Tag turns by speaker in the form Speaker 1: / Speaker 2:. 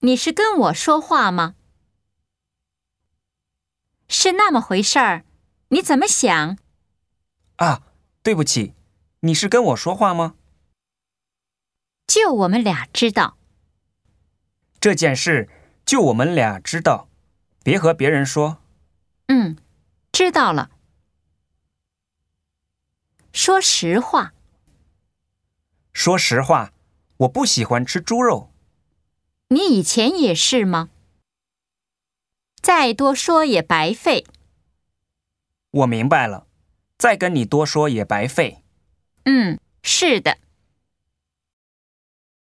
Speaker 1: 你是跟我说话吗？是那么回事儿，你怎么想？
Speaker 2: 啊，对不起，你是跟我说话吗？
Speaker 1: 就我们俩知道。
Speaker 2: 这件事就我们俩知道，别和别人说。
Speaker 1: 嗯，知道了。说实话，
Speaker 2: 说实话，我不喜欢吃猪肉。
Speaker 1: 你以前也是吗？再多说也白费。
Speaker 2: 我明白了，再跟你多说也白费。
Speaker 1: 嗯，是的。